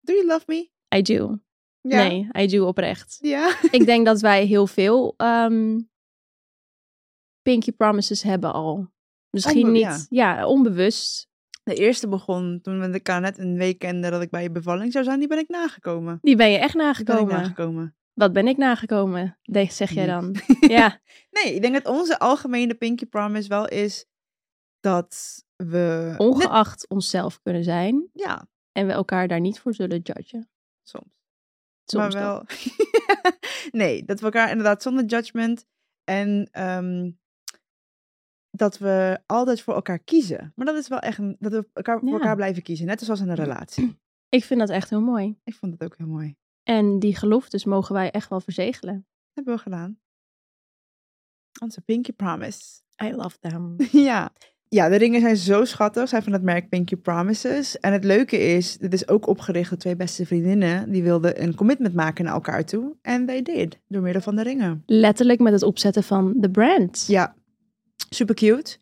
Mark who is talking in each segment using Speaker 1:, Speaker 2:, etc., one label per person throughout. Speaker 1: Do you love me?
Speaker 2: I do.
Speaker 1: Ja.
Speaker 2: Nee, I do oprecht.
Speaker 1: Ja.
Speaker 2: ik denk dat wij heel veel ehm, Pinky Promises hebben al. Misschien
Speaker 1: Onbe-
Speaker 2: niet, ja. onbewust.
Speaker 1: De eerste begon toen we de net een week kenden dat ik bij je bevalling zou zijn. Die ben ik nagekomen.
Speaker 2: Die ben je echt
Speaker 1: Die ben ik
Speaker 2: nagekomen.
Speaker 1: nagekomen.
Speaker 2: Wat ben ik nagekomen? De- zeg jij dan?
Speaker 1: Niets.
Speaker 2: ja,
Speaker 1: Nee, ik denk dat onze algemene Pinky Promise wel is dat we...
Speaker 2: ongeacht onszelf kunnen zijn
Speaker 1: Ja,
Speaker 2: en we elkaar daar niet voor zullen judgen.
Speaker 1: soms.
Speaker 2: Soms
Speaker 1: maar wel. nee, dat we elkaar inderdaad zonder judgment en ehm, dat we altijd voor elkaar kiezen. Maar dat is wel echt een, dat we elkaar voor
Speaker 2: Ja.
Speaker 1: elkaar blijven kiezen, net zoals in een relatie.
Speaker 2: Ik vind dat echt heel mooi.
Speaker 1: Ik vond dat ook heel mooi.
Speaker 2: En die geloftes mogen wij echt wel verzegelen.
Speaker 1: Dat hebben we gedaan. Onze Pinky Promise.
Speaker 2: I love them.
Speaker 1: ja. Ja, de ringen zijn zo schattig. Zijn van het merk Pinky Promises. En het leuke is, dit is ook opgericht door twee beste vriendinnen. Die wilden een commitment maken naar elkaar toe. En they did, door middel van de ringen.
Speaker 2: Letterlijk met het opzetten van de brand.
Speaker 1: Ja, super cute.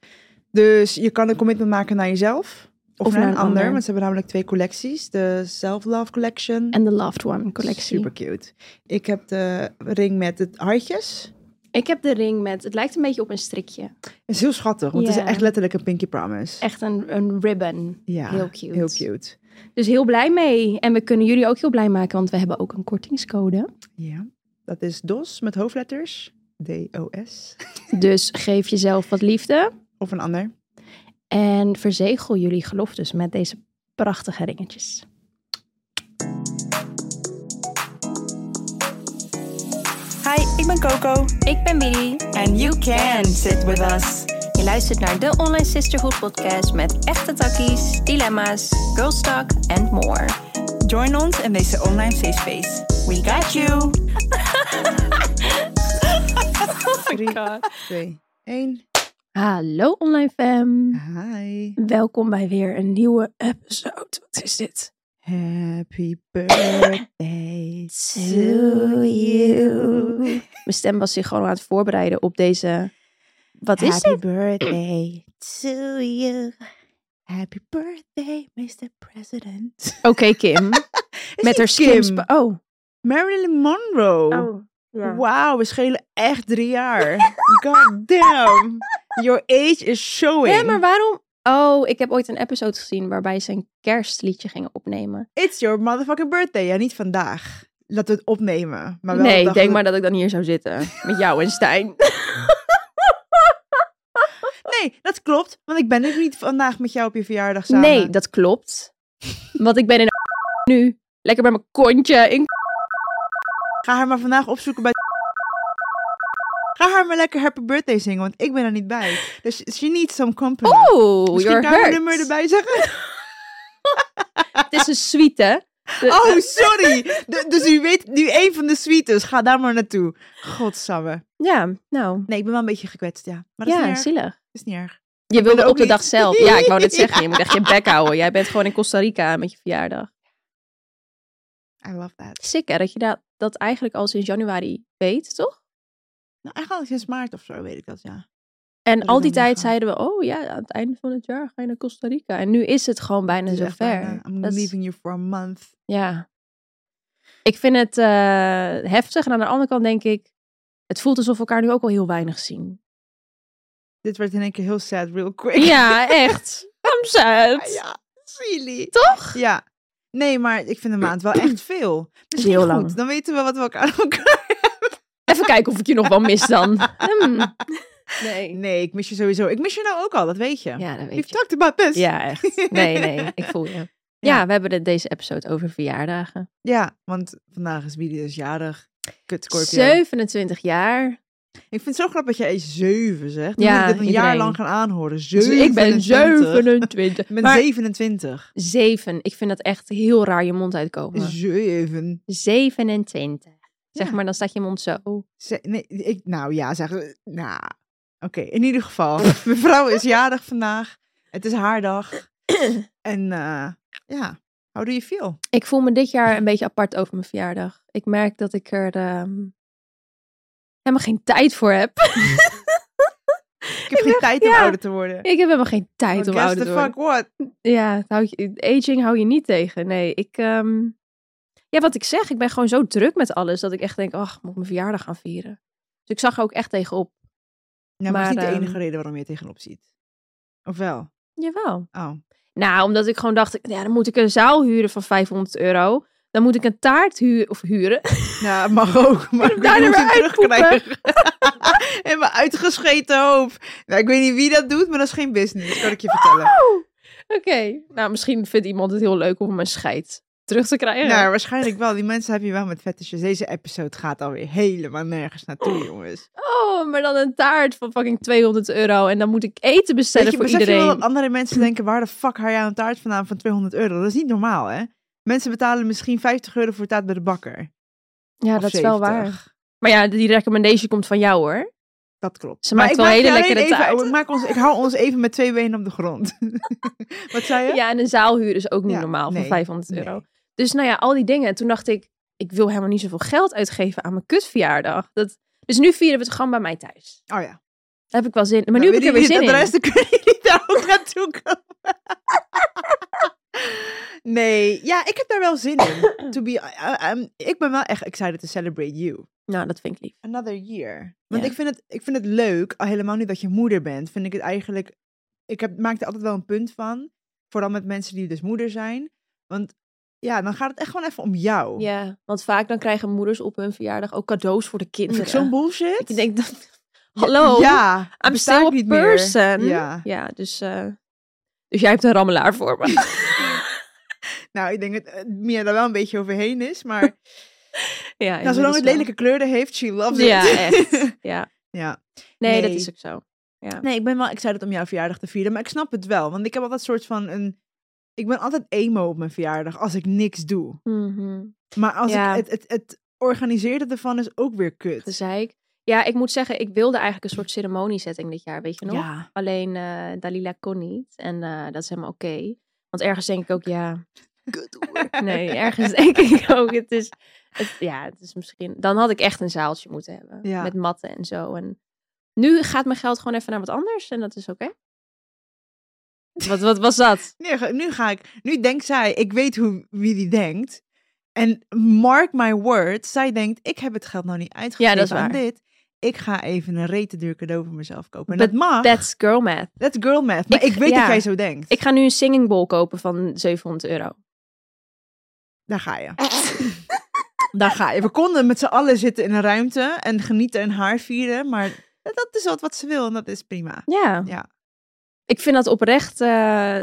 Speaker 1: Dus je kan een commitment maken naar jezelf. Of, naar, een ander. Want ze hebben namelijk twee collecties. De Self Love Collection.
Speaker 2: En de Loved One collectie.
Speaker 1: Super cute. Ik heb de ring met het hartjes.
Speaker 2: Ik heb de ring met, het lijkt een beetje op een strikje.
Speaker 1: Het is heel schattig, want het
Speaker 2: Ja.
Speaker 1: is echt letterlijk een Pinky Promise.
Speaker 2: Echt een, een ribbon.
Speaker 1: ja,
Speaker 2: heel cute.
Speaker 1: Heel cute.
Speaker 2: Dus heel blij mee. En we kunnen jullie ook heel blij maken, want we hebben ook een kortingscode.
Speaker 1: Ja. Dat is DOS met hoofdletters. D-O-S.
Speaker 2: Dus geef jezelf wat liefde.
Speaker 1: Of een ander.
Speaker 2: En verzegel jullie geloftes met deze prachtige ringetjes.
Speaker 3: Hi, ik ben Coco.
Speaker 4: Ik ben Miri.
Speaker 3: And you can sit with us.
Speaker 4: Je luistert naar de Online Sisterhood podcast met echte takkies, dilemma's, girl talk and more.
Speaker 3: Join ons in deze online safe space. We got you.
Speaker 2: Oh
Speaker 1: Drie, twee, één.
Speaker 2: Hallo online fam.
Speaker 1: Hi.
Speaker 2: Welkom bij weer een nieuwe episode. Wat is dit?
Speaker 1: Happy birthday
Speaker 2: To you. Mijn stem was zich gewoon aan het voorbereiden op deze... Wat is dit?
Speaker 1: Happy birthday to you. Happy birthday, Mr. President.
Speaker 2: Oké, Kim. met haar
Speaker 1: Kim? Oh.
Speaker 2: skims. Oh.
Speaker 1: Marilyn Monroe.
Speaker 2: ja.
Speaker 1: Wauw, we schelen echt drie jaar. God damn. Your age is showing.
Speaker 2: Ja, maar waarom? Oh, ik heb ooit een episode gezien waarbij ze een kerstliedje gingen opnemen.
Speaker 1: It's your motherfucking birthday. Ja, niet vandaag. Laten we het opnemen. Maar wel
Speaker 2: nee,
Speaker 1: de
Speaker 2: ik
Speaker 1: dag
Speaker 2: denk
Speaker 1: dat-
Speaker 2: maar dat ik dan hier zou zitten. Met jou en Stijn.
Speaker 1: Nee, dat klopt. Want ik ben ook niet vandaag met jou op je verjaardag samen.
Speaker 2: nee, dat klopt. Want ik ben in nu. Lekker bij mijn kontje. In...
Speaker 1: Ga haar maar vandaag opzoeken bij. Ga haar maar lekker happy birthday zingen, want ik ben er niet bij. Dus she needs some company.
Speaker 2: Oh,
Speaker 1: Misschien
Speaker 2: you're
Speaker 1: daar mijn
Speaker 2: hurt.
Speaker 1: nummer erbij zeggen.
Speaker 2: Het is een suite, hè? De- eh,
Speaker 1: Oh, sorry. De- dus u weet nu één van de sweeters. Ga daar maar naartoe. Godsamme.
Speaker 2: Ja, nou.
Speaker 1: Nee, ik ben wel een beetje gekwetst, ja. Maar dat is,
Speaker 2: Ja,
Speaker 1: niet erg.
Speaker 2: zielig.
Speaker 1: is niet erg.
Speaker 2: Je wilde
Speaker 1: er
Speaker 2: op
Speaker 1: ook
Speaker 2: de dag
Speaker 1: niet.
Speaker 2: zelf. Ja, ik wou dit zeggen. Je moet echt je bek houden. Jij bent gewoon in Costa Rica met je verjaardag.
Speaker 1: I love that.
Speaker 2: Sick, hè? Dat je dat, dat eigenlijk al sinds januari weet, toch?
Speaker 1: Nou, eigenlijk al sinds maart of zo weet ik dat, ja.
Speaker 2: En
Speaker 1: Dat
Speaker 2: al
Speaker 1: ik
Speaker 2: die
Speaker 1: dan
Speaker 2: tijd
Speaker 1: wegga.
Speaker 2: zeiden we, oh ja, aan het einde van het jaar ga je naar Costa Rica. En nu is het gewoon bijna
Speaker 1: Dus echt
Speaker 2: zover.
Speaker 1: bijna, I'm
Speaker 2: Dat is-
Speaker 1: leaving you for a month.
Speaker 2: Ja. Ik vind het eh, heftig. En aan de andere kant denk ik, het voelt alsof we elkaar nu ook al heel weinig zien.
Speaker 1: Dit werd in één keer heel sad real quick.
Speaker 2: Ja, echt. I'm sad.
Speaker 1: Ja, silly.
Speaker 2: Toch?
Speaker 1: Ja. Nee, maar ik vind een maand wel echt veel. Misschien
Speaker 2: heel
Speaker 1: goed.
Speaker 2: lang.
Speaker 1: Dan weten we wat we elkaar aan elkaar
Speaker 2: Even kijken of ik je nog wel mis dan. Hmm. Nee.
Speaker 1: Nee, ik mis je sowieso. Ik mis je nou ook al, dat weet je.
Speaker 2: Ja, dat weet
Speaker 1: You've
Speaker 2: je.
Speaker 1: talked about this.
Speaker 2: Ja, echt. Nee, nee, ik voel je. Ja, we hebben het deze episode over verjaardagen.
Speaker 1: Ja, want vandaag is Bibi dus jarig. Kut Scorpio.
Speaker 2: 27 jaar.
Speaker 1: Ik vind het zo grappig dat jij 7 zegt. Dan
Speaker 2: Ja,
Speaker 1: moet ik dit een jaar
Speaker 2: iedereen.
Speaker 1: lang gaan aanhoren.
Speaker 2: Dus ik ben
Speaker 1: 27.
Speaker 2: 27.
Speaker 1: Ik ben
Speaker 2: Maar-
Speaker 1: 27.
Speaker 2: Zeven. Ik vind dat echt heel raar je mond uitkomen.
Speaker 1: 7.
Speaker 2: 27. Zeg
Speaker 1: Ja.
Speaker 2: maar, dan staat je mond zo. Oh,
Speaker 1: Ze- Nee, ik, nou ja, zeg. Nou, oké. in ieder geval. Mevrouw is jarig vandaag. Het is haar dag. En eh, ja, how do you feel?
Speaker 2: Ik voel me dit jaar een beetje apart over mijn verjaardag. Ik merk dat ik er ehm, helemaal geen tijd voor heb.
Speaker 1: Ik heb geen tijd om
Speaker 2: ja.
Speaker 1: ouder te worden.
Speaker 2: ik heb helemaal geen tijd
Speaker 1: Well,
Speaker 2: om
Speaker 1: guess
Speaker 2: ouder te
Speaker 1: the
Speaker 2: worden.
Speaker 1: fuck what?
Speaker 2: Ja, het houdt je- aging hou je niet tegen. Nee, ik, ehm, Ja, wat ik zeg, ik ben gewoon zo druk met alles dat ik echt denk, ach, moet ik mijn verjaardag gaan vieren. Dus ik zag er ook echt tegenop.
Speaker 1: Nou, maar, dat is
Speaker 2: Maar,
Speaker 1: niet de
Speaker 2: ehm,
Speaker 1: enige reden waarom je tegenop ziet. Of wel?
Speaker 2: Jawel.
Speaker 1: Oh.
Speaker 2: Nou, omdat ik gewoon dacht, ja, dan moet ik een zaal huren van 500 euro. Dan moet ik een taart huren, of huren.
Speaker 1: Nou, het mag ook, maar ik
Speaker 2: daar
Speaker 1: moet
Speaker 2: weer
Speaker 1: het
Speaker 2: uitpoepen.
Speaker 1: terugkrijgen. en mijn uitgescheten hoop. Nou, ik weet niet wie dat doet, maar dat is geen business, kan ik je vertellen.
Speaker 2: Oké. Nou, misschien vindt iemand het heel leuk om mijn scheid terug te krijgen.
Speaker 1: Nou, waarschijnlijk wel. Die mensen heb je wel met fetishes. Deze episode gaat alweer helemaal nergens naartoe, jongens.
Speaker 2: Oh, maar dan een taart van fucking 200 euro. En dan moet ik eten bestellen
Speaker 1: Weet je,
Speaker 2: voor
Speaker 1: besef je wel
Speaker 2: iedereen.
Speaker 1: dat andere mensen denken, waar de fuck haal jij een taart vandaan van 200 euro? Dat is niet normaal, hè? Mensen betalen misschien 50 euro voor taart bij de bakker.
Speaker 2: Ja,
Speaker 1: Of
Speaker 2: dat is wel
Speaker 1: 70.
Speaker 2: waar. Maar ja, die recommendation komt van jou hoor.
Speaker 1: Dat klopt.
Speaker 2: Ze maakt
Speaker 1: ik
Speaker 2: wel
Speaker 1: maak
Speaker 2: hele
Speaker 1: je alleen
Speaker 2: lekkere
Speaker 1: even-
Speaker 2: taart.
Speaker 1: Ik, maak ons, ik hou ons even met twee benen op de grond. Wat zei je?
Speaker 2: Ja, en een zaalhuur is ook niet
Speaker 1: Ja,
Speaker 2: normaal
Speaker 1: nee,
Speaker 2: van 500
Speaker 1: nee.
Speaker 2: euro. Dus nou ja, al die dingen. En toen dacht ik, ik wil helemaal niet zoveel geld uitgeven aan mijn kutverjaardag. Dat... Dus nu vieren we het gewoon bij mij thuis.
Speaker 1: Oh ja.
Speaker 2: Daar heb ik wel zin in. Maar nu heb ik er weer
Speaker 1: jullie
Speaker 2: zin
Speaker 1: het
Speaker 2: in.
Speaker 1: adres, dan kunnen jullie daar ook naartoe komen. nee, ja, ik heb daar wel zin in. To be, eh, ehm, ik ben wel echt excited to celebrate you.
Speaker 2: Nou, dat vind ik lief.
Speaker 1: Another year. Want
Speaker 2: Ja.
Speaker 1: ik, vind het, ik vind het leuk, al helemaal nu dat je moeder bent, vind ik het eigenlijk... Ik heb, maak er altijd wel een punt van. Vooral met mensen die dus moeder zijn. Want ja, dan gaat het echt gewoon even om jou.
Speaker 2: Ja, want vaak dan krijgen moeders op hun verjaardag ook cadeaus voor de
Speaker 1: Dat Vind
Speaker 2: kinderen.
Speaker 1: ik zo'n bullshit?
Speaker 2: Ik denk dat... Hallo,
Speaker 1: ja,
Speaker 2: I'm
Speaker 1: besta
Speaker 2: still
Speaker 1: ik
Speaker 2: a
Speaker 1: niet meer.
Speaker 2: person.
Speaker 1: Ja.
Speaker 2: Ja, dus... eh, Dus jij hebt een rammelaar voor me.
Speaker 1: Nou, ik denk dat eh, Mia daar wel een beetje overheen is, maar...
Speaker 2: ja,
Speaker 1: nou, zolang
Speaker 2: inmiddels
Speaker 1: het
Speaker 2: dus wel.
Speaker 1: lelijke kleuren heeft, she loves it.
Speaker 2: Ja, echt. Ja.
Speaker 1: Ja.
Speaker 2: Nee, dat
Speaker 1: Nee.
Speaker 2: is ook zo.
Speaker 1: Nee, ik ben wel excited om jouw verjaardag te vieren, maar ik snap het wel. Want ik heb altijd soort van een... Ik ben altijd emo op mijn verjaardag als ik niks doe.
Speaker 2: Mhm.
Speaker 1: Maar als
Speaker 2: Ja.
Speaker 1: ik het, het, het organiseren ervan is ook weer kut.
Speaker 2: gezeik. Ja, ik moet zeggen, ik wilde eigenlijk een soort ceremoniesetting dit jaar, weet je nog?
Speaker 1: Ja.
Speaker 2: Alleen eh, Dalila kon niet en eh, dat is helemaal oké. Want ergens denk ik ook, ja, nee, ergens denk ik ook, het is, het- ja, het is misschien... Dan had ik echt een zaaltje moeten hebben,
Speaker 1: Ja.
Speaker 2: met matten en zo. En nu gaat mijn geld gewoon even naar wat anders en dat is oké. Wat, wat was dat?
Speaker 1: Nu, ga- nu ga ik... Nu denkt zij, ik weet hoe, wie die denkt. En mark my words, zij denkt, ik heb het geld nou niet uitgegeven
Speaker 2: dat is
Speaker 1: aan
Speaker 2: waar.
Speaker 1: dit. Ik ga even een rete duur cadeau voor mezelf kopen. En
Speaker 2: But
Speaker 1: dat mag.
Speaker 2: That's girl math.
Speaker 1: That's girl math. Maar
Speaker 2: Ik-
Speaker 1: ik, weet
Speaker 2: ja.
Speaker 1: dat jij zo denkt.
Speaker 2: Ik ga nu een singing bowl kopen van 700 euro.
Speaker 1: Daar ga je. Daar ga je. We konden met z'n allen zitten in een ruimte en genieten en haar vieren. Maar dat is wat, wat ze wil en dat is prima.
Speaker 2: Ja.
Speaker 1: Ja.
Speaker 2: Ik vind dat oprecht eh,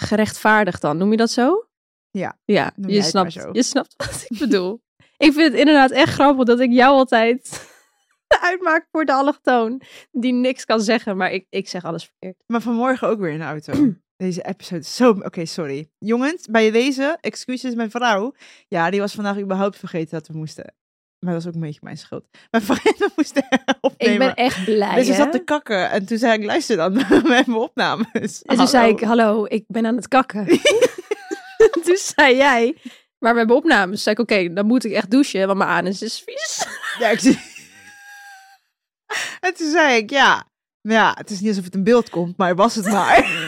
Speaker 2: gerechtvaardigd dan. Noem je dat zo?
Speaker 1: Ja,
Speaker 2: Ja,
Speaker 1: noem
Speaker 2: je
Speaker 1: jij het maar
Speaker 2: snapt,
Speaker 1: zo.
Speaker 2: je snapt wat ik bedoel. ik vind het inderdaad echt grappig dat ik jou altijd uitmaak voor de allochtoon. Die niks kan zeggen, maar ik, ik zeg alles verkeerd.
Speaker 1: Maar vanmorgen ook weer in de auto. Deze episode is zo... Oké, sorry. Jongens, bij deze, excuses mijn vrouw. Ja, die was vandaag überhaupt vergeten dat we moesten. Maar dat was ook een beetje mijn schuld. Mijn vrienden moesten
Speaker 2: Ik
Speaker 1: opnemen.
Speaker 2: ben echt blij.
Speaker 1: dus ze
Speaker 2: hè?
Speaker 1: zat te kakken. En toen zei ik, luister dan, we hebben opnames. oh.
Speaker 2: En toen zei
Speaker 1: Hallo.
Speaker 2: ik, hallo, ik ben aan het kakken. toen zei jij, maar we hebben opnames. Toen zei ik, oké, dan moet ik echt douchen, want mijn anus is vies.
Speaker 1: Ja, ik zie... En toen zei ik, ja, nou ja, het is niet alsof het in beeld komt, maar was het maar.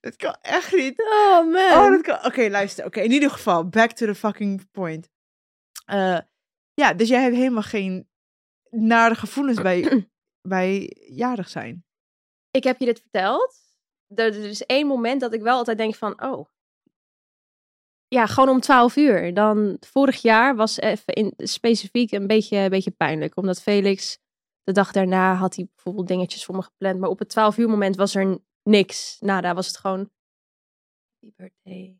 Speaker 1: dat kan echt niet.
Speaker 2: Oh man.
Speaker 1: Oh, dat kan... Oké, luister. Oké, in ieder geval, back to the fucking point. Eh, ja, dus jij hebt helemaal geen nare gevoelens bij, bij jarig zijn.
Speaker 2: ik heb je dit verteld. Er, er is dus één moment dat ik wel altijd denk van, oh. Ja, gewoon om 12 uur. Dan vorig jaar was even in, specifiek een beetje, een beetje pijnlijk. Omdat Felix, de dag daarna had hij bijvoorbeeld dingetjes voor me gepland. Maar op het 12 uur moment was er niks. Nou, daar was het gewoon... Happy birthday.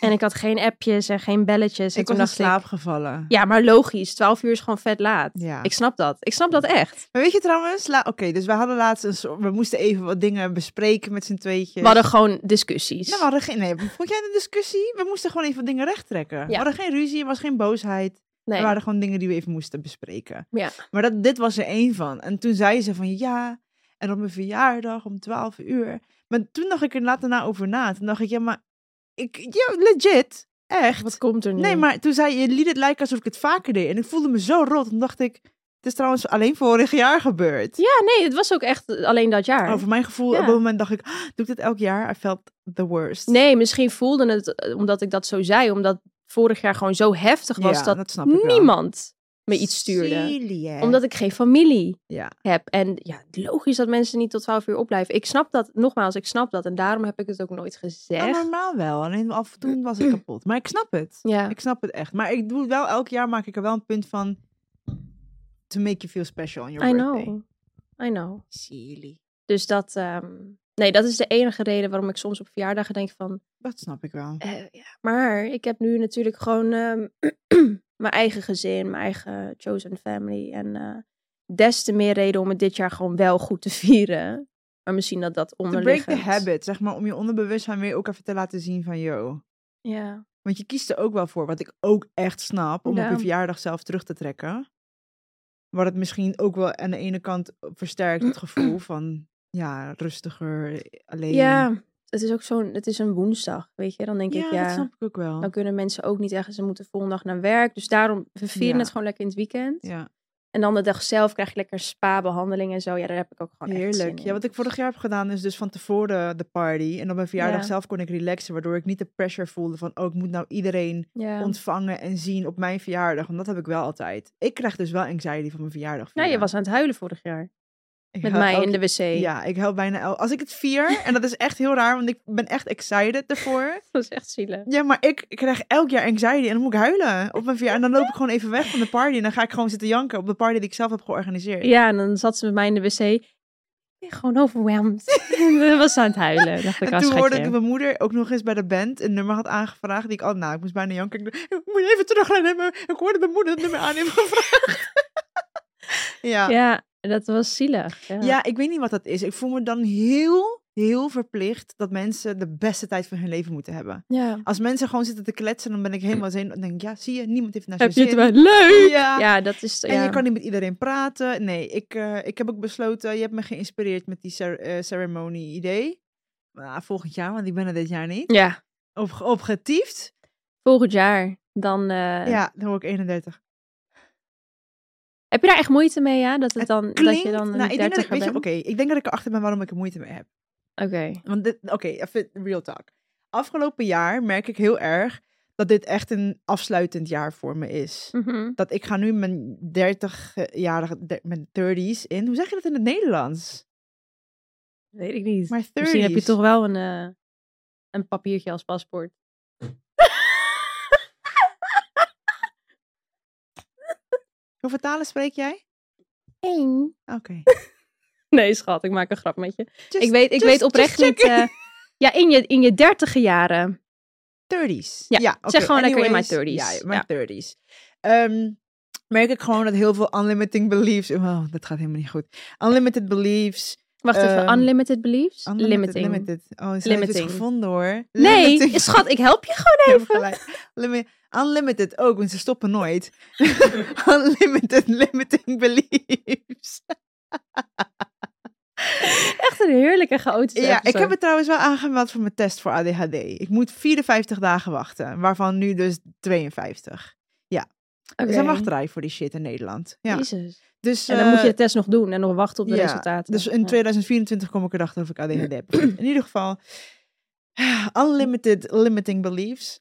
Speaker 2: En ik had geen appjes en geen belletjes. En
Speaker 1: ik
Speaker 2: toen
Speaker 1: was in
Speaker 2: dacht Dus ik,
Speaker 1: slaap gevallen.
Speaker 2: Ja, maar logisch. 12 uur is gewoon vet laat.
Speaker 1: Ja.
Speaker 2: Ik snap dat. Ik snap dat echt.
Speaker 1: Maar weet je trouwens, la- oké, dus we hadden laatst een soort, we moesten even wat dingen bespreken met z'n tweetjes.
Speaker 2: We hadden gewoon discussies.
Speaker 1: Nou, we hadden geen. Nee, vond jij de discussie? We moesten gewoon even wat dingen rechttrekken. We
Speaker 2: Ja.
Speaker 1: hadden geen ruzie, er was geen boosheid.
Speaker 2: nee.
Speaker 1: Er waren gewoon dingen die we even moesten bespreken.
Speaker 2: Ja.
Speaker 1: Maar dat, dit was er één van. En toen zei ze van ja, en op mijn verjaardag om 12 uur. Maar toen dacht ik er later na over na. Toen dacht ik, ja, maar ik, ja, legit, echt.
Speaker 2: Wat komt er nu?
Speaker 1: Nee, maar toen zei je, liet het lijken alsof ik het vaker deed. En ik voelde me zo rot. Toen dacht ik, Het is trouwens alleen vorig jaar gebeurd.
Speaker 2: Ja, nee, het was ook echt alleen dat jaar.
Speaker 1: Over mijn gevoel,
Speaker 2: Ja.
Speaker 1: op dat moment dacht ik, "Ah, doe ik dit elk jaar? I felt the worst.
Speaker 2: Nee, misschien voelde het eh, omdat ik dat zo zei, omdat vorig jaar gewoon zo heftig was
Speaker 1: Ja,
Speaker 2: dat,
Speaker 1: snap ik wel.
Speaker 2: niemand me iets stuurde.
Speaker 1: Silly,
Speaker 2: Omdat ik geen familie
Speaker 1: Ja.
Speaker 2: heb. En ja, logisch dat mensen niet tot 12 uur opblijven. Ik snap dat, nogmaals, ik snap dat. En daarom heb ik het ook nooit
Speaker 1: Nou,
Speaker 2: gezegd.
Speaker 1: normaal wel. Alleen af en toe was ik kapot. Maar ik snap het.
Speaker 2: Ja,
Speaker 1: Ik snap het echt. Maar ik doe wel elk jaar maak ik er wel een punt van to make you feel special on your
Speaker 2: I
Speaker 1: birthday.
Speaker 2: know. I know.
Speaker 1: Silly.
Speaker 2: Dus dat, ehm, nee, dat is de enige reden waarom ik soms op verjaardagen denk van,
Speaker 1: Dat snap ik wel.
Speaker 2: eh, ja, maar ik heb nu natuurlijk gewoon ehm, mijn eigen gezin, mijn eigen chosen family. En eh, des te meer reden om het dit jaar gewoon wel goed te vieren. Maar misschien dat dat
Speaker 1: To break
Speaker 2: onderliggend...
Speaker 1: the habit, zeg maar, om je onderbewustzijn weer ook even te laten zien van, yo,
Speaker 2: Ja,
Speaker 1: Want je kiest er ook wel voor, wat ik ook echt snap, om
Speaker 2: Ja.
Speaker 1: op je verjaardag zelf terug te trekken. Waar het misschien ook wel aan de ene kant versterkt het gevoel van, ja, rustiger, alleen.
Speaker 2: ja het is ook zo'n, het is een woensdag, weet je. Dan denk ik,
Speaker 1: dat
Speaker 2: ja,
Speaker 1: snap ik ook wel.
Speaker 2: dan kunnen mensen ook niet ergens, ze moeten volgende dag naar werk. Dus daarom, we vieren
Speaker 1: Ja.
Speaker 2: het gewoon lekker in het weekend.
Speaker 1: Ja,
Speaker 2: En dan de dag zelf krijg je lekker spa-behandeling en zo. Ja, daar heb ik ook gewoon Oh, echt zin
Speaker 1: heerlijk.
Speaker 2: in.
Speaker 1: Ja, wat ik vorig jaar heb gedaan is dus van tevoren de party. En op mijn verjaardag
Speaker 2: Ja.
Speaker 1: zelf kon ik relaxen, waardoor ik niet de pressure voelde van, oh, ik moet nou iedereen
Speaker 2: Ja.
Speaker 1: ontvangen en zien op mijn verjaardag. Want dat heb ik wel altijd. Ik krijg dus wel anxiety van mijn verjaardag.
Speaker 2: Nou, je
Speaker 1: vieren.
Speaker 2: was aan het huilen vorig jaar.
Speaker 1: Ik
Speaker 2: Met
Speaker 1: hou
Speaker 2: mij
Speaker 1: elk
Speaker 2: in de wc.
Speaker 1: Ja, ik help bijna el- Als ik het vier, en dat is echt heel raar, want ik ben echt excited ervoor.
Speaker 2: Dat was echt zielig.
Speaker 1: Ja, maar ik krijg elk jaar anxiety en dan moet ik huilen op mijn verjaardag. En dan loop ik gewoon even weg van de party en dan ga ik gewoon zitten janken op de party die ik zelf heb georganiseerd.
Speaker 2: Ja, en dan zat ze met mij in de wc. Ik ben gewoon overwhelmed. En dan was ze aan het huilen. Dacht ik,
Speaker 1: En
Speaker 2: als
Speaker 1: toen hoorde
Speaker 2: schatje.
Speaker 1: ik mijn moeder ook nog eens bij de band een nummer had aangevraagd. Die ik al, nou, ik moest bijna janken. Ik dacht, moet je even terugrijden? Ik hoorde mijn moeder het nummer aan hebben gevraagd. ja. ja.
Speaker 2: Ja, dat was zielig. Ja.
Speaker 1: ik weet niet wat dat is. Ik voel me dan heel, heel verplicht dat mensen de beste tijd van hun leven moeten hebben.
Speaker 2: Ja.
Speaker 1: Als mensen gewoon zitten te kletsen, dan ben ik helemaal zenuwachtig. Dan denk ik, ja, zie je, niemand heeft naar zijn
Speaker 2: Heb je het
Speaker 1: zin.
Speaker 2: wel leuk?
Speaker 1: Ja.
Speaker 2: Ja, dat is...
Speaker 1: En
Speaker 2: ja.
Speaker 1: je kan niet met iedereen praten. Nee, ik, eh, ik heb ook besloten, je hebt me geïnspireerd met die cer- eh, ceremonie-idee. Maar volgend jaar, want ik ben er dit jaar niet.
Speaker 2: Ja,
Speaker 1: Op, opgetiefd.
Speaker 2: volgend jaar. Dan, eh,
Speaker 1: Ja, dan word ik 31.
Speaker 2: Heb je daar echt moeite mee, ja? Dat, het
Speaker 1: Het
Speaker 2: dan, dat
Speaker 1: Klinkt-
Speaker 2: je dan
Speaker 1: nou, ik denk dat, ik- weet je,
Speaker 2: Oké.
Speaker 1: Oké, ik denk dat ik erachter ben waarom ik er moeite mee heb. Want dit, oké, even real talk. Afgelopen jaar merk ik heel erg dat dit echt een afsluitend jaar voor me is.
Speaker 2: Mhm.
Speaker 1: dat ik ga nu mijn 30-jarige, der- mijn 30s in. Hoe zeg je dat in het Nederlands?
Speaker 2: Weet ik niet.
Speaker 1: Maar 30s.
Speaker 2: Misschien heb je toch wel een, eh, een papiertje als paspoort.
Speaker 1: Hoeveel talen spreek jij?
Speaker 2: Eén.
Speaker 1: Oké.
Speaker 2: Nee, schat, ik maak een grap met je.
Speaker 1: Just-
Speaker 2: ik weet, ik
Speaker 1: just-
Speaker 2: weet oprecht
Speaker 1: just
Speaker 2: niet.
Speaker 1: checking.
Speaker 2: eh, ja, in je, in je dertige jaren.
Speaker 1: 30s.
Speaker 2: Ja,
Speaker 1: oké,
Speaker 2: zeg gewoon lekker in mijn
Speaker 1: anyways.
Speaker 2: 30s.
Speaker 1: Ja, mijn 30s. Ehm, merk ik gewoon dat heel veel unlimited beliefs... Oh, dat gaat helemaal niet goed. Unlimited beliefs.
Speaker 2: Wacht even,
Speaker 1: Ehm,
Speaker 2: unlimited beliefs?
Speaker 1: Unlimited,
Speaker 2: Limiting.
Speaker 1: Limited. Oh, ze heeft
Speaker 2: Limiting.
Speaker 1: het gevonden hoor.
Speaker 2: Nee,
Speaker 1: Limiting.
Speaker 2: schat, ik help je
Speaker 1: Je
Speaker 2: gewoon
Speaker 1: hebt
Speaker 2: even.
Speaker 1: gelijk. Limi- Unlimited ook, want ze stoppen nooit. unlimited limiting beliefs.
Speaker 2: Echt een heerlijke chaotische
Speaker 1: Ja, ik
Speaker 2: episode.
Speaker 1: heb het trouwens wel aangemeld voor mijn test voor ADHD. Ik moet 54 dagen wachten, waarvan nu dus 52.
Speaker 2: Oké.
Speaker 1: Dus dan wachtrij voor die shit in Nederland. Ja.
Speaker 2: Jezus.
Speaker 1: Dus,
Speaker 2: En dan moet je de
Speaker 1: eh,
Speaker 2: test nog doen en nog wachten op de
Speaker 1: ja,
Speaker 2: resultaten.
Speaker 1: dus
Speaker 2: Ja.
Speaker 1: in 2024 kom ik erachter of ik ADHD heb. In ieder geval, ah, unlimited limiting beliefs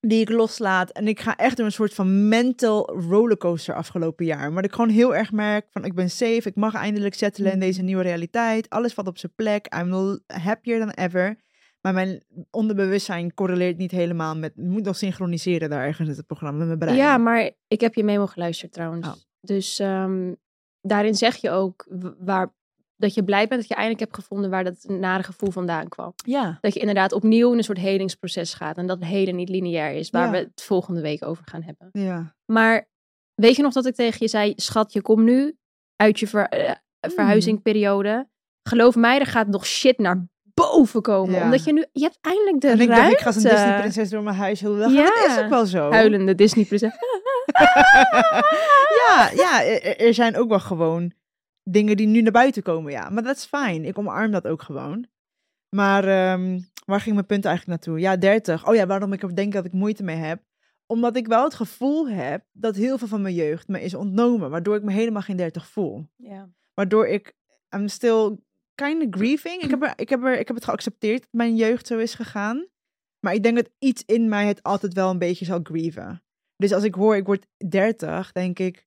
Speaker 1: die ik loslaat. En ik ga echt door een soort van mental rollercoaster afgelopen jaar. Maar dat ik gewoon heel erg merk van ik ben safe, ik mag eindelijk settelen
Speaker 2: Mm.
Speaker 1: in deze nieuwe realiteit. Alles valt op zijn plek, I'm l- happier than ever. Maar mijn onderbewustzijn correleert niet helemaal met, moet nog synchroniseren daar ergens in het programma met mijn brein.
Speaker 2: Ja, maar ik heb je memo geluisterd trouwens.
Speaker 1: Oh.
Speaker 2: Dus ehm, daarin zeg je ook w- waar, dat je blij bent dat je eindelijk hebt gevonden waar dat nare gevoel vandaan kwam.
Speaker 1: ja.
Speaker 2: Dat je inderdaad opnieuw in een soort helingsproces gaat en dat het heden niet lineair is, waar
Speaker 1: Ja.
Speaker 2: we het volgende week over gaan hebben.
Speaker 1: Ja.
Speaker 2: Maar weet je nog dat ik tegen je zei, schat, je komt nu uit je ver, eh,
Speaker 1: Hmm.
Speaker 2: verhuizingperiode. Geloof mij, er gaat nog shit naar boven komen.
Speaker 1: Ja.
Speaker 2: Omdat je nu, je hebt eindelijk de
Speaker 1: En ik dacht, "Oh."
Speaker 2: ruimte.
Speaker 1: ik ga zo'n Disney-prinses door mijn huis. heel dag.
Speaker 2: eh, Ja.
Speaker 1: Dat is ook wel zo.
Speaker 2: Huilende Disney prinses.
Speaker 1: ja, ja er- er, er zijn ook wel gewoon dingen die nu naar buiten komen, ja. Maar dat is fijn. Ik omarm dat ook gewoon. Maar ehm, waar ging mijn punt eigenlijk naartoe? Ja, 30. Oh ja, waarom ik er denk dat ik moeite mee heb. Omdat ik wel het gevoel heb dat heel veel van mijn jeugd me is ontnomen. Waardoor ik me helemaal geen 30 voel.
Speaker 2: Ja.
Speaker 1: Waardoor ik, I'm still kind of grieving. Ik heb, er, ik, heb er, ik heb het geaccepteerd dat mijn jeugd zo is gegaan. Maar ik denk dat iets in mij het altijd wel een beetje zal grieven. Dus als ik hoor, ik word 30, denk ik,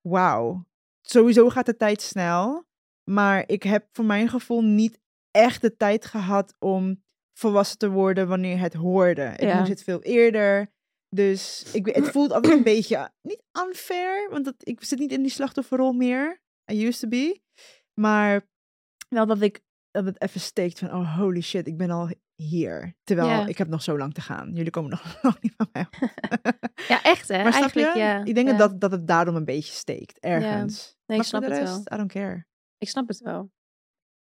Speaker 1: wauw. Sowieso gaat de tijd snel. Maar ik heb voor mijn gevoel niet echt de tijd gehad om volwassen te worden wanneer het hoorde. Ik
Speaker 2: Ja.
Speaker 1: moest het veel eerder. Dus ik, het voelt altijd een beetje, niet unfair, want dat, ik zit niet in die slachtofferrol meer. I used to be. Maar wel dat ik dat het even steekt van, oh holy shit, ik ben al hier. Terwijl
Speaker 2: Ja.
Speaker 1: ik heb nog zo lang te gaan. Jullie komen nog, nog niet van mij.
Speaker 2: ja, echt hè?
Speaker 1: maar snap
Speaker 2: Eigenlijk,
Speaker 1: je?
Speaker 2: ja.
Speaker 1: Ik denk
Speaker 2: Ja.
Speaker 1: dat dat, dat het daarom een beetje steekt, ergens.
Speaker 2: Nee, ik
Speaker 1: Maar
Speaker 2: snap
Speaker 1: voor
Speaker 2: het
Speaker 1: de
Speaker 2: wel.
Speaker 1: rest, I don't care.
Speaker 2: Ik snap het wel.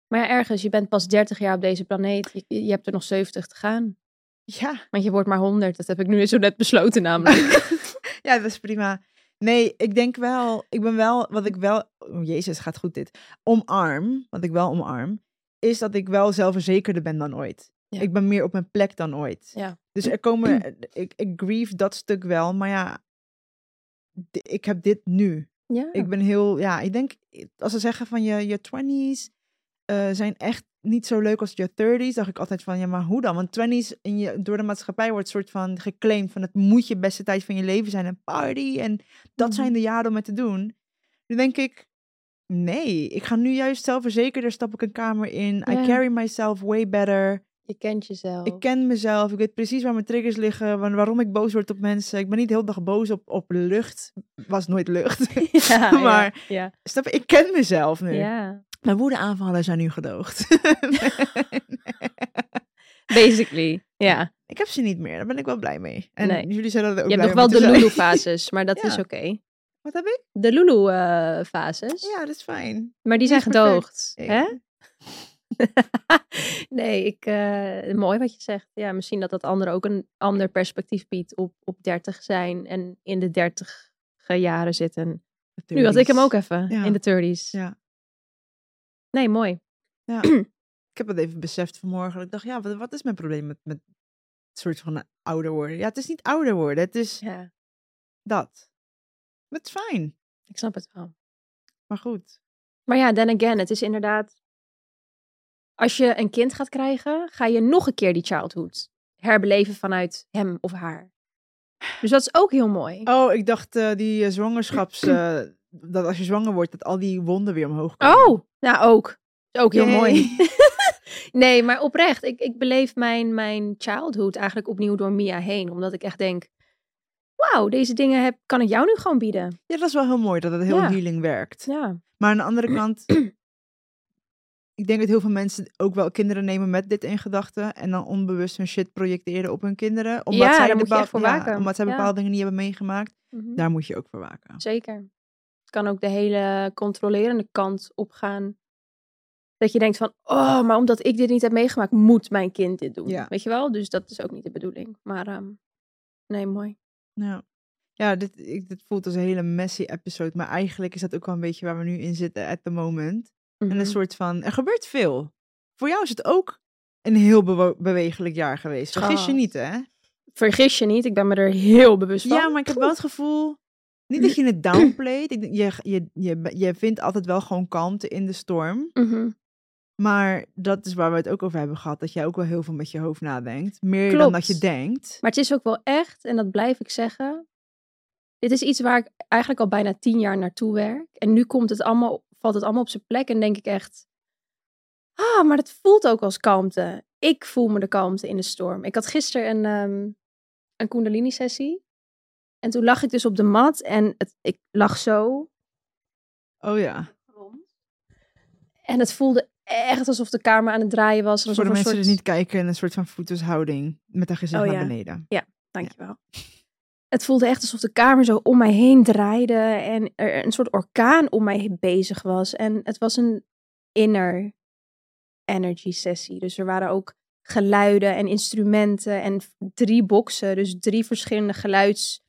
Speaker 2: Maar ja, ergens, je bent pas 30 jaar op deze planeet. Je, je hebt er nog 70 te gaan.
Speaker 1: Ja.
Speaker 2: Want je wordt maar 100. Dat heb ik nu zo net besloten namelijk.
Speaker 1: ja, dat is prima. Nee, ik denk wel, ik ben wel, wat ik wel, oh jezus, gaat goed dit. Omarm, wat ik wel omarm, is dat ik wel zelfverzekerder ben dan ooit.
Speaker 2: Ja.
Speaker 1: Ik ben meer op mijn plek dan ooit.
Speaker 2: Ja.
Speaker 1: Dus er komen, ik, ik grieve dat stuk wel, maar ja, d- ik heb dit nu.
Speaker 2: ja.
Speaker 1: Ik ben heel, ja, ik denk, als ze zeggen van je, je 20s eh, zijn echt niet zo leuk als je 30s, dacht ik altijd van, ja, maar hoe dan? Want 20s in je, door de maatschappij wordt soort van geclaimd van het moet je beste tijd van je leven zijn en party en dat
Speaker 2: Mhm.
Speaker 1: zijn de jaren om het te doen. Nu denk ik, nee, ik ga nu juist zelfverzekerder stap ik een kamer in.
Speaker 2: Ja. Oh.
Speaker 1: I carry myself way better.
Speaker 2: Je kent jezelf.
Speaker 1: Ik ken mezelf, ik weet precies waar mijn triggers liggen, waar- waarom ik boos word op mensen. Ik ben niet de hele dag boos op, op lucht, was nooit lucht.
Speaker 2: Ja,
Speaker 1: maar-
Speaker 2: Ja.
Speaker 1: Snap je? Ik ken mezelf nu.
Speaker 2: ja.
Speaker 1: Mijn woedeaanvallen zijn nu gedoogd.
Speaker 2: Basically. Ja.
Speaker 1: ik heb ze niet meer. Daar ben ik wel blij mee. En
Speaker 2: Nee.
Speaker 1: jullie zijn er ook
Speaker 2: Je
Speaker 1: blij mee
Speaker 2: hebt nog wel
Speaker 1: te
Speaker 2: de
Speaker 1: zijn.
Speaker 2: Lulu-fases, maar dat
Speaker 1: Ja.
Speaker 2: is oké.
Speaker 1: Wat heb ik?
Speaker 2: De Lulu-fases.
Speaker 1: Ja, dat is fijn.
Speaker 2: Maar die zijn
Speaker 1: Die is perfect.
Speaker 2: gedoogd.
Speaker 1: Ja.
Speaker 2: Dus? Hè? nee, ik, eh, mooi wat je zegt. Ja, misschien dat dat anderen ook een ander perspectief biedt op, op 30 zijn en in de 30 jaren zitten.
Speaker 1: De
Speaker 2: Nu had ik hem ook
Speaker 1: turbies.
Speaker 2: even
Speaker 1: Ja.
Speaker 2: in de 30s.
Speaker 1: Ja.
Speaker 2: Nee, mooi.
Speaker 1: Ik heb dat even beseft vanmorgen. Ik dacht, ja, wat, wat is mijn probleem met, met het soort van ouder worden? Ja, het is niet ouder worden. Het is
Speaker 2: Ja,
Speaker 1: dat. Maar het is fijn.
Speaker 2: ik snap het wel.
Speaker 1: Maar goed.
Speaker 2: Maar ja, then again, het is inderdaad. Als je een kind gaat krijgen, ga je nog een keer die childhood herbeleven vanuit hem of haar. Dus dat is ook heel mooi.
Speaker 1: Oh, ik dacht eh, die eh, zwangerschaps... eh, dat als je zwanger wordt, dat al die wonden weer omhoog komen.
Speaker 2: Oh, nou ook. Is Ook heel
Speaker 1: Yay.
Speaker 2: mooi. nee, maar oprecht. Ik, ik beleef mijn, mijn childhood eigenlijk opnieuw door Mia heen. Omdat ik echt denk, wauw, deze dingen heb, kan ik jou nu gewoon bieden.
Speaker 1: Ja, dat is wel heel mooi dat het heel
Speaker 2: Ja.
Speaker 1: healing werkt.
Speaker 2: Ja,
Speaker 1: Maar aan de andere kant, ik denk dat heel veel mensen ook wel kinderen nemen met dit in gedachten. En dan onbewust hun shit projecteren op hun kinderen. Omdat
Speaker 2: Ja,
Speaker 1: zij
Speaker 2: daar moet je
Speaker 1: bepaal-
Speaker 2: echt voor
Speaker 1: ja,
Speaker 2: waken.
Speaker 1: omdat zij
Speaker 2: Ja.
Speaker 1: bepaalde dingen niet hebben meegemaakt.
Speaker 2: Mhm.
Speaker 1: Daar moet je ook voor waken.
Speaker 2: zeker. Het kan ook de hele controlerende kant opgaan. Dat je denkt van, oh, maar omdat ik dit niet heb meegemaakt, moet mijn kind dit doen.
Speaker 1: Ja.
Speaker 2: Weet je wel? Dus dat is ook niet de bedoeling. Maar ehm, nee, mooi.
Speaker 1: Ja, ja dit, ik, dit voelt als een hele messy episode. Maar eigenlijk is dat ook wel een beetje waar we nu in zitten at the moment. En
Speaker 2: Mhm.
Speaker 1: een soort van, er gebeurt veel. Voor jou is het ook een heel bewo- bewegelijk jaar geweest. Vergis je
Speaker 2: Schat.
Speaker 1: niet, hè?
Speaker 2: Vergis je niet, ik ben me er heel bewust van.
Speaker 1: Ja, maar ik heb wel het gevoel. Niet dat je het downplayt. Ik denk, Je, je, je, be- je vindt altijd wel gewoon kalmte in de storm.
Speaker 2: Mhm.
Speaker 1: Maar dat is waar we het ook over hebben gehad. Dat jij ook wel heel veel met je hoofd nadenkt. Meer dan
Speaker 2: Klopt.
Speaker 1: dat je denkt.
Speaker 2: Maar het is ook wel echt, en dat blijf ik zeggen. Dit is iets waar ik eigenlijk al bijna tien jaar naartoe werk. En nu komt het allemaal, valt het allemaal op zijn plek en denk ik echt. Ah, maar dat voelt ook als kalmte. Ik voel me de kalmte in de storm. Ik had gisteren een, ehm, een Kundalini-sessie. En toen lag ik dus op de mat en het, ik lag zo
Speaker 1: Oh ja.
Speaker 2: rond. En het voelde echt alsof de kamer aan het draaien was.
Speaker 1: Voor
Speaker 2: alsof
Speaker 1: de
Speaker 2: een
Speaker 1: mensen
Speaker 2: soort...
Speaker 1: die niet kijken, een soort van voetjeshouding. Met haar gezicht
Speaker 2: Oh
Speaker 1: naar
Speaker 2: ja.
Speaker 1: beneden.
Speaker 2: Dankjewel. Het voelde echt alsof de kamer zo om mij heen draaide en er een soort orkaan om mij heen bezig was. En het was een inner energy sessie. Dus er waren ook geluiden en instrumenten en v- drie boxen. Dus drie verschillende geluidsfragmenten.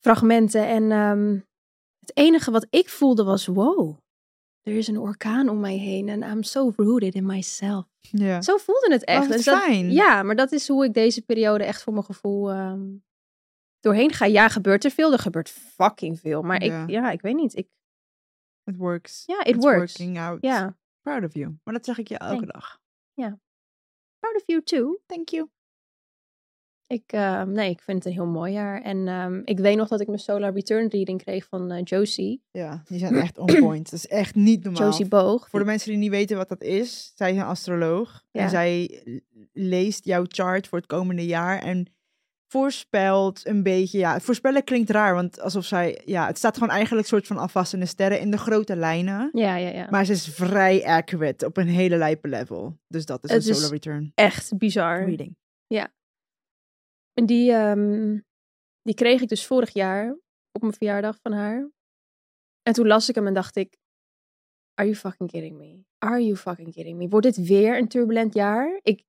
Speaker 2: En ehm, het enige wat ik voelde was, wow, er is een orkaan om mij heen. En I'm so rooted in myself.
Speaker 1: Ja.
Speaker 2: Zo voelde het echt.
Speaker 1: Oh, wat
Speaker 2: Dus dat-
Speaker 1: fijn.
Speaker 2: ja, maar dat is hoe ik deze periode echt voor mijn gevoel ehm, doorheen ga. Ja, gebeurt er veel. Er gebeurt fucking veel. Maar
Speaker 1: Ja.
Speaker 2: ik, ja, ik weet niet. Ik,
Speaker 1: It works.
Speaker 2: ja, it
Speaker 1: It's
Speaker 2: works.
Speaker 1: working out.
Speaker 2: Ja.
Speaker 1: Proud of you. Maar dat zeg ik je elke
Speaker 2: Thanks.
Speaker 1: dag.
Speaker 2: Proud of you too.
Speaker 1: Thank you.
Speaker 2: Ik, eh, nee, ik vind het een heel mooi jaar. En ehm, ik weet nog dat ik mijn Solar Return reading kreeg van eh, Josie.
Speaker 1: Ja, die zijn echt on point. Dat is echt niet normaal.
Speaker 2: Josie Boog.
Speaker 1: Voor de mensen die niet weten wat dat is, zij is een astroloog.
Speaker 2: Ja.
Speaker 1: En zij leest jouw chart voor het komende jaar en voorspelt een beetje, ja, voorspellen klinkt raar, want alsof zij, ja, het staat gewoon eigenlijk soort van alvast in de sterren in de grote lijnen.
Speaker 2: Ja, ja, ja.
Speaker 1: Maar ze is vrij accurate op een hele lijpe level. Dus dat is
Speaker 2: Het
Speaker 1: een
Speaker 2: is-
Speaker 1: solo return
Speaker 2: Echt bizar.
Speaker 1: reading.
Speaker 2: En die, ehm, die kreeg ik dus vorig jaar op mijn verjaardag van haar. En toen las ik hem en dacht ik, are you fucking kidding me? Are you fucking kidding me? Wordt dit weer een turbulent jaar? Ik,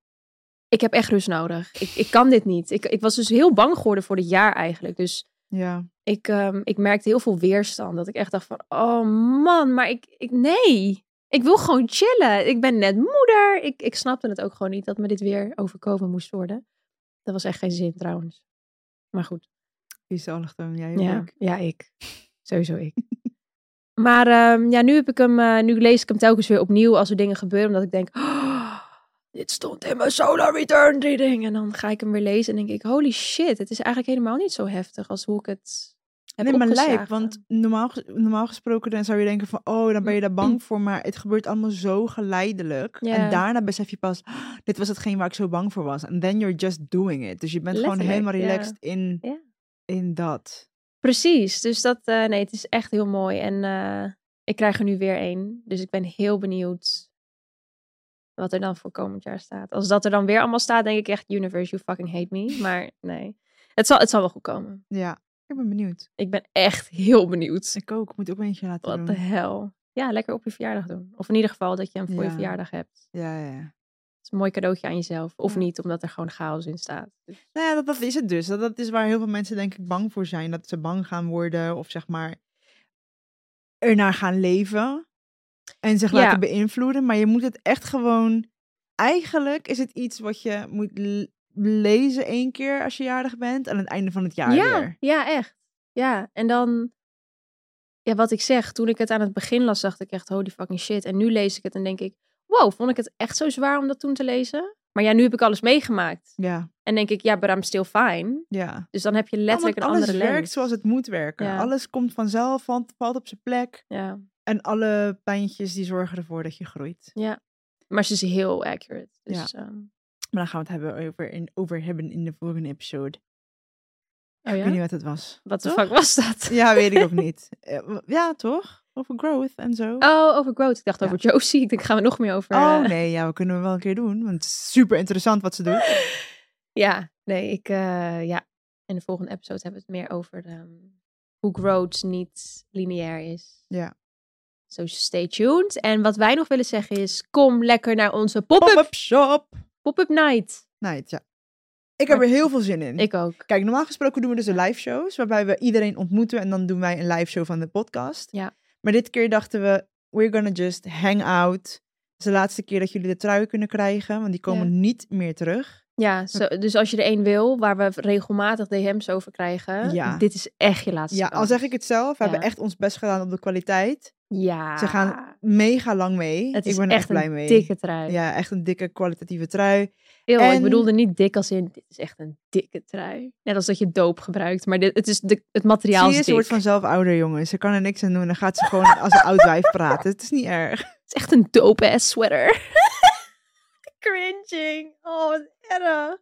Speaker 2: ik heb echt rust nodig. Ik, ik kan dit niet. Ik, ik was dus heel bang geworden voor dit jaar eigenlijk. Dus
Speaker 1: Ja,
Speaker 2: ik, ehm, ik merkte heel veel weerstand. Dat ik echt dacht van, oh man, maar ik, ik nee. Ik wil gewoon chillen. Ik ben net moeder. Ik, ik snapte het ook gewoon niet dat me dit weer overkomen moest worden. Dat was echt geen zin trouwens. Maar goed.
Speaker 1: gezellig dan. Jij
Speaker 2: Ja,
Speaker 1: ook.
Speaker 2: ja ik. Sowieso ik. maar ehm, ja, nu, heb ik hem, eh, nu lees ik hem telkens weer opnieuw als er dingen gebeuren. Omdat ik denk, "Oh, dit stond in mijn Solar Return reading. En dan ga ik hem weer lezen en denk ik, holy shit. Het is eigenlijk helemaal niet zo heftig als hoe ik het heb
Speaker 1: Nee, maar lijp,
Speaker 2: opgeslagen."
Speaker 1: want normaal, ges- normaal gesproken dan zou je denken van, oh, dan ben je daar bang voor, maar het gebeurt allemaal zo geleidelijk.
Speaker 2: Mm. Ja.
Speaker 1: En daarna besef je pas, "Ah, dit was hetgeen waar ik zo bang voor was. En then you're just doing it. Dus je bent
Speaker 2: Letterlijk,
Speaker 1: gewoon helemaal
Speaker 2: ja.
Speaker 1: relaxed in,
Speaker 2: Ja.
Speaker 1: in dat.
Speaker 2: Precies, dus dat, eh, nee, het is echt heel mooi. En eh, ik krijg er nu weer één. Dus ik ben heel benieuwd wat er dan voor komend jaar staat. Als dat er dan weer allemaal staat, denk ik echt, universe, you fucking hate me. Maar nee, het zal, het zal wel goed komen.
Speaker 1: Ja, ik ben benieuwd.
Speaker 2: Ik ben echt heel benieuwd.
Speaker 1: Ik ook, ik moet ook eentje laten
Speaker 2: Wat de
Speaker 1: doen.
Speaker 2: hel. Ja, lekker op je verjaardag doen. Of in ieder geval dat je hem voor je
Speaker 1: Ja.
Speaker 2: verjaardag hebt.
Speaker 1: Ja, ja, ja.
Speaker 2: Het is een mooi cadeautje aan jezelf. Of
Speaker 1: Ja.
Speaker 2: niet, omdat er gewoon chaos in staat.
Speaker 1: Nou ja, dat, dat is het dus. Dat, dat is waar heel veel mensen denk ik bang voor zijn. Dat ze bang gaan worden of zeg maar ernaar gaan leven. En zich
Speaker 2: Ja.
Speaker 1: laten beïnvloeden. Maar je moet het echt gewoon... Eigenlijk is het iets wat je moet l- lezen één keer als je jarig bent. Aan het einde van het jaar
Speaker 2: ja,
Speaker 1: weer.
Speaker 2: ja, echt. Ja, en dan... Ja, wat ik zeg, toen ik het aan het begin las, dacht ik echt, holy fucking shit. En nu lees ik het en denk ik, wow, vond ik het echt zo zwaar om dat toen te lezen? Maar ja, nu heb ik alles meegemaakt.
Speaker 1: Ja,
Speaker 2: En denk ik, ja, but I'm still fine.
Speaker 1: ja.
Speaker 2: Dus dan heb je letterlijk
Speaker 1: Alles-
Speaker 2: een
Speaker 1: alles
Speaker 2: andere lens.
Speaker 1: werkt zoals het moet werken.
Speaker 2: Ja.
Speaker 1: Alles komt vanzelf, valt, valt op zijn plek.
Speaker 2: Ja,
Speaker 1: En alle pijntjes die zorgen ervoor dat je groeit.
Speaker 2: maar ze is heel accurate. Dus, ehm,
Speaker 1: Maar daar gaan we het hebben over, in, over hebben in de volgende episode.
Speaker 2: oh
Speaker 1: Ik
Speaker 2: ja?
Speaker 1: weet niet wat het was.
Speaker 2: Wat de
Speaker 1: Toch?
Speaker 2: fuck was dat?
Speaker 1: Ja, weet ik ook niet. Eh, w- Ja, toch? Over growth en zo.
Speaker 2: Oh, over growth. Ik dacht
Speaker 1: Ja.
Speaker 2: over Josie. Ik denk, gaan we nog meer over...
Speaker 1: Oh,
Speaker 2: eh,
Speaker 1: nee, ja, we kunnen het wel een keer doen. Want het is super interessant wat ze doet.
Speaker 2: Ja, nee, ik, eh, ja. In de volgende episode hebben we het meer over ehm, hoe growth niet lineair is.
Speaker 1: Ja.
Speaker 2: So stay tuned. En wat wij nog willen zeggen is, kom lekker naar onze pop-up
Speaker 1: Pop-up shop.
Speaker 2: pop night.
Speaker 1: Nee, ja. Ik heb er heel veel zin in.
Speaker 2: Ik ook.
Speaker 1: Kijk, normaal gesproken doen we dus de live shows. Waarbij we iedereen ontmoeten. En dan doen wij een live show van de podcast.
Speaker 2: Ja.
Speaker 1: Maar dit keer dachten we, we're gonna just hang out. Het is de laatste keer dat jullie de trui kunnen krijgen. Want die komen niet meer terug.
Speaker 2: Ja, zo-
Speaker 1: Hm.
Speaker 2: dus als je er één wil, waar we regelmatig DM's over krijgen,
Speaker 1: Ja.
Speaker 2: dit is echt je laatste
Speaker 1: Ja, al
Speaker 2: kans.
Speaker 1: zeg ik het zelf. We
Speaker 2: Ja.
Speaker 1: hebben echt ons best gedaan op de kwaliteit.
Speaker 2: Ja.
Speaker 1: Ze gaan mega lang mee.
Speaker 2: Het
Speaker 1: ik
Speaker 2: is
Speaker 1: ben er
Speaker 2: echt,
Speaker 1: echt blij
Speaker 2: een
Speaker 1: mee.
Speaker 2: dikke trui.
Speaker 1: Ja, echt een dikke kwalitatieve trui.
Speaker 2: Eeuw, Ik
Speaker 1: En-
Speaker 2: bedoelde niet dik als in, dit is echt een dikke trui. Net als dat je doop gebruikt, maar dit, het, is de, het materiaal
Speaker 1: Zie je, ze
Speaker 2: is dik.
Speaker 1: wordt vanzelf ouder, jongens. Ze kan er niks aan doen. Dan gaat ze gewoon als een oud wijf praten. Het is niet erg.
Speaker 2: Het is echt een dope ass sweater. Cringing. Oh, wat erg.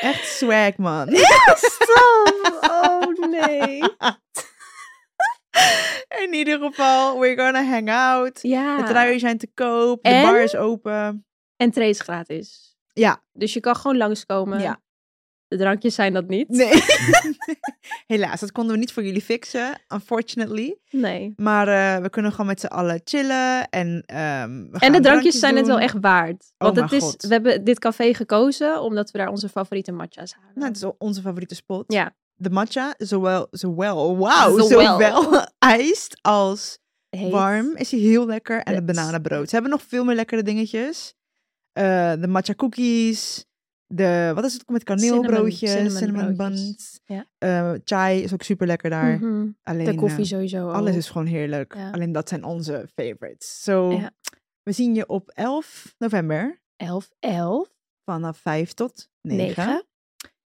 Speaker 1: Echt swag, man.
Speaker 2: Stom. Oh, nee.
Speaker 1: In ieder geval, we're gonna hang out.
Speaker 2: Ja.
Speaker 1: De truien zijn te koop. De
Speaker 2: En?
Speaker 1: bar is open.
Speaker 2: En tree is gratis.
Speaker 1: Ja.
Speaker 2: Dus je kan gewoon langskomen.
Speaker 1: Ja.
Speaker 2: De drankjes zijn dat niet.
Speaker 1: Nee. Helaas, dat konden we niet voor jullie fixen, unfortunately.
Speaker 2: Nee.
Speaker 1: Maar eh, we kunnen gewoon met z'n allen chillen. En, ehm, we gaan
Speaker 2: En de drankjes zijn het
Speaker 1: doen. Oh
Speaker 2: wel echt waard. Want
Speaker 1: mijn
Speaker 2: het is,
Speaker 1: God.
Speaker 2: we hebben dit café gekozen omdat we daar onze favoriete matcha's halen.
Speaker 1: Nou, het is onze favoriete spot.
Speaker 2: Ja.
Speaker 1: De matcha, zowel, zowel, wauw,
Speaker 2: Zowel.
Speaker 1: zowel ijsd als
Speaker 2: Heet.
Speaker 1: warm. Is hij heel lekker. En het
Speaker 2: Yes.
Speaker 1: bananenbrood. Ze hebben nog veel meer lekkere dingetjes. Eh, de matcha cookies. de, wat is het ook met kaneelbroodjes, cinnamon, buns.
Speaker 2: cinnamon broodjes. Ja.
Speaker 1: Eh, chai is ook super lekker daar.
Speaker 2: Mhm.
Speaker 1: Alleen,
Speaker 2: De
Speaker 1: eh,
Speaker 2: koffie sowieso. ook.
Speaker 1: alles is gewoon heerlijk.
Speaker 2: Ja.
Speaker 1: Alleen dat zijn onze favorites. So,
Speaker 2: Ja.
Speaker 1: we zien je op 11 november
Speaker 2: 11, 11,
Speaker 1: vanaf 5 tot 9.
Speaker 2: 9.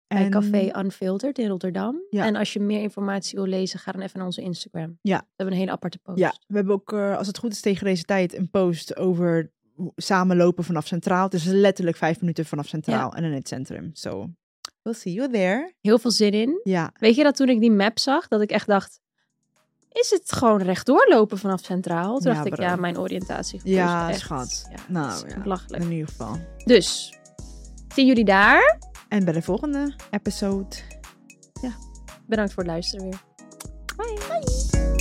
Speaker 2: Bij Café Unfiltered in Rotterdam.
Speaker 1: Ja.
Speaker 2: En als je meer informatie wil lezen, ga dan even naar onze Instagram.
Speaker 1: Ja.
Speaker 2: We hebben een hele aparte post.
Speaker 1: Ja, we hebben ook, eh, als het goed is tegen deze tijd, een post over hoe- samenlopen vanaf Centraal. Het is letterlijk vijf minuten vanaf Centraal en in het centrum. So, we'll see you there.
Speaker 2: Heel veel zin in.
Speaker 1: Ja,
Speaker 2: Weet je dat toen ik die map zag, dat ik echt dacht... Is het gewoon rechtdoor lopen vanaf Centraal? Toen
Speaker 1: Ja,
Speaker 2: dacht ik,
Speaker 1: bro.
Speaker 2: ja, mijn oriëntatie.
Speaker 1: ja schat. nou, ja.
Speaker 2: belachelijk.
Speaker 1: in ieder geval.
Speaker 2: Dus, zien jullie daar.
Speaker 1: En bij de volgende episode.
Speaker 2: Bedankt voor het luisteren weer. Bye.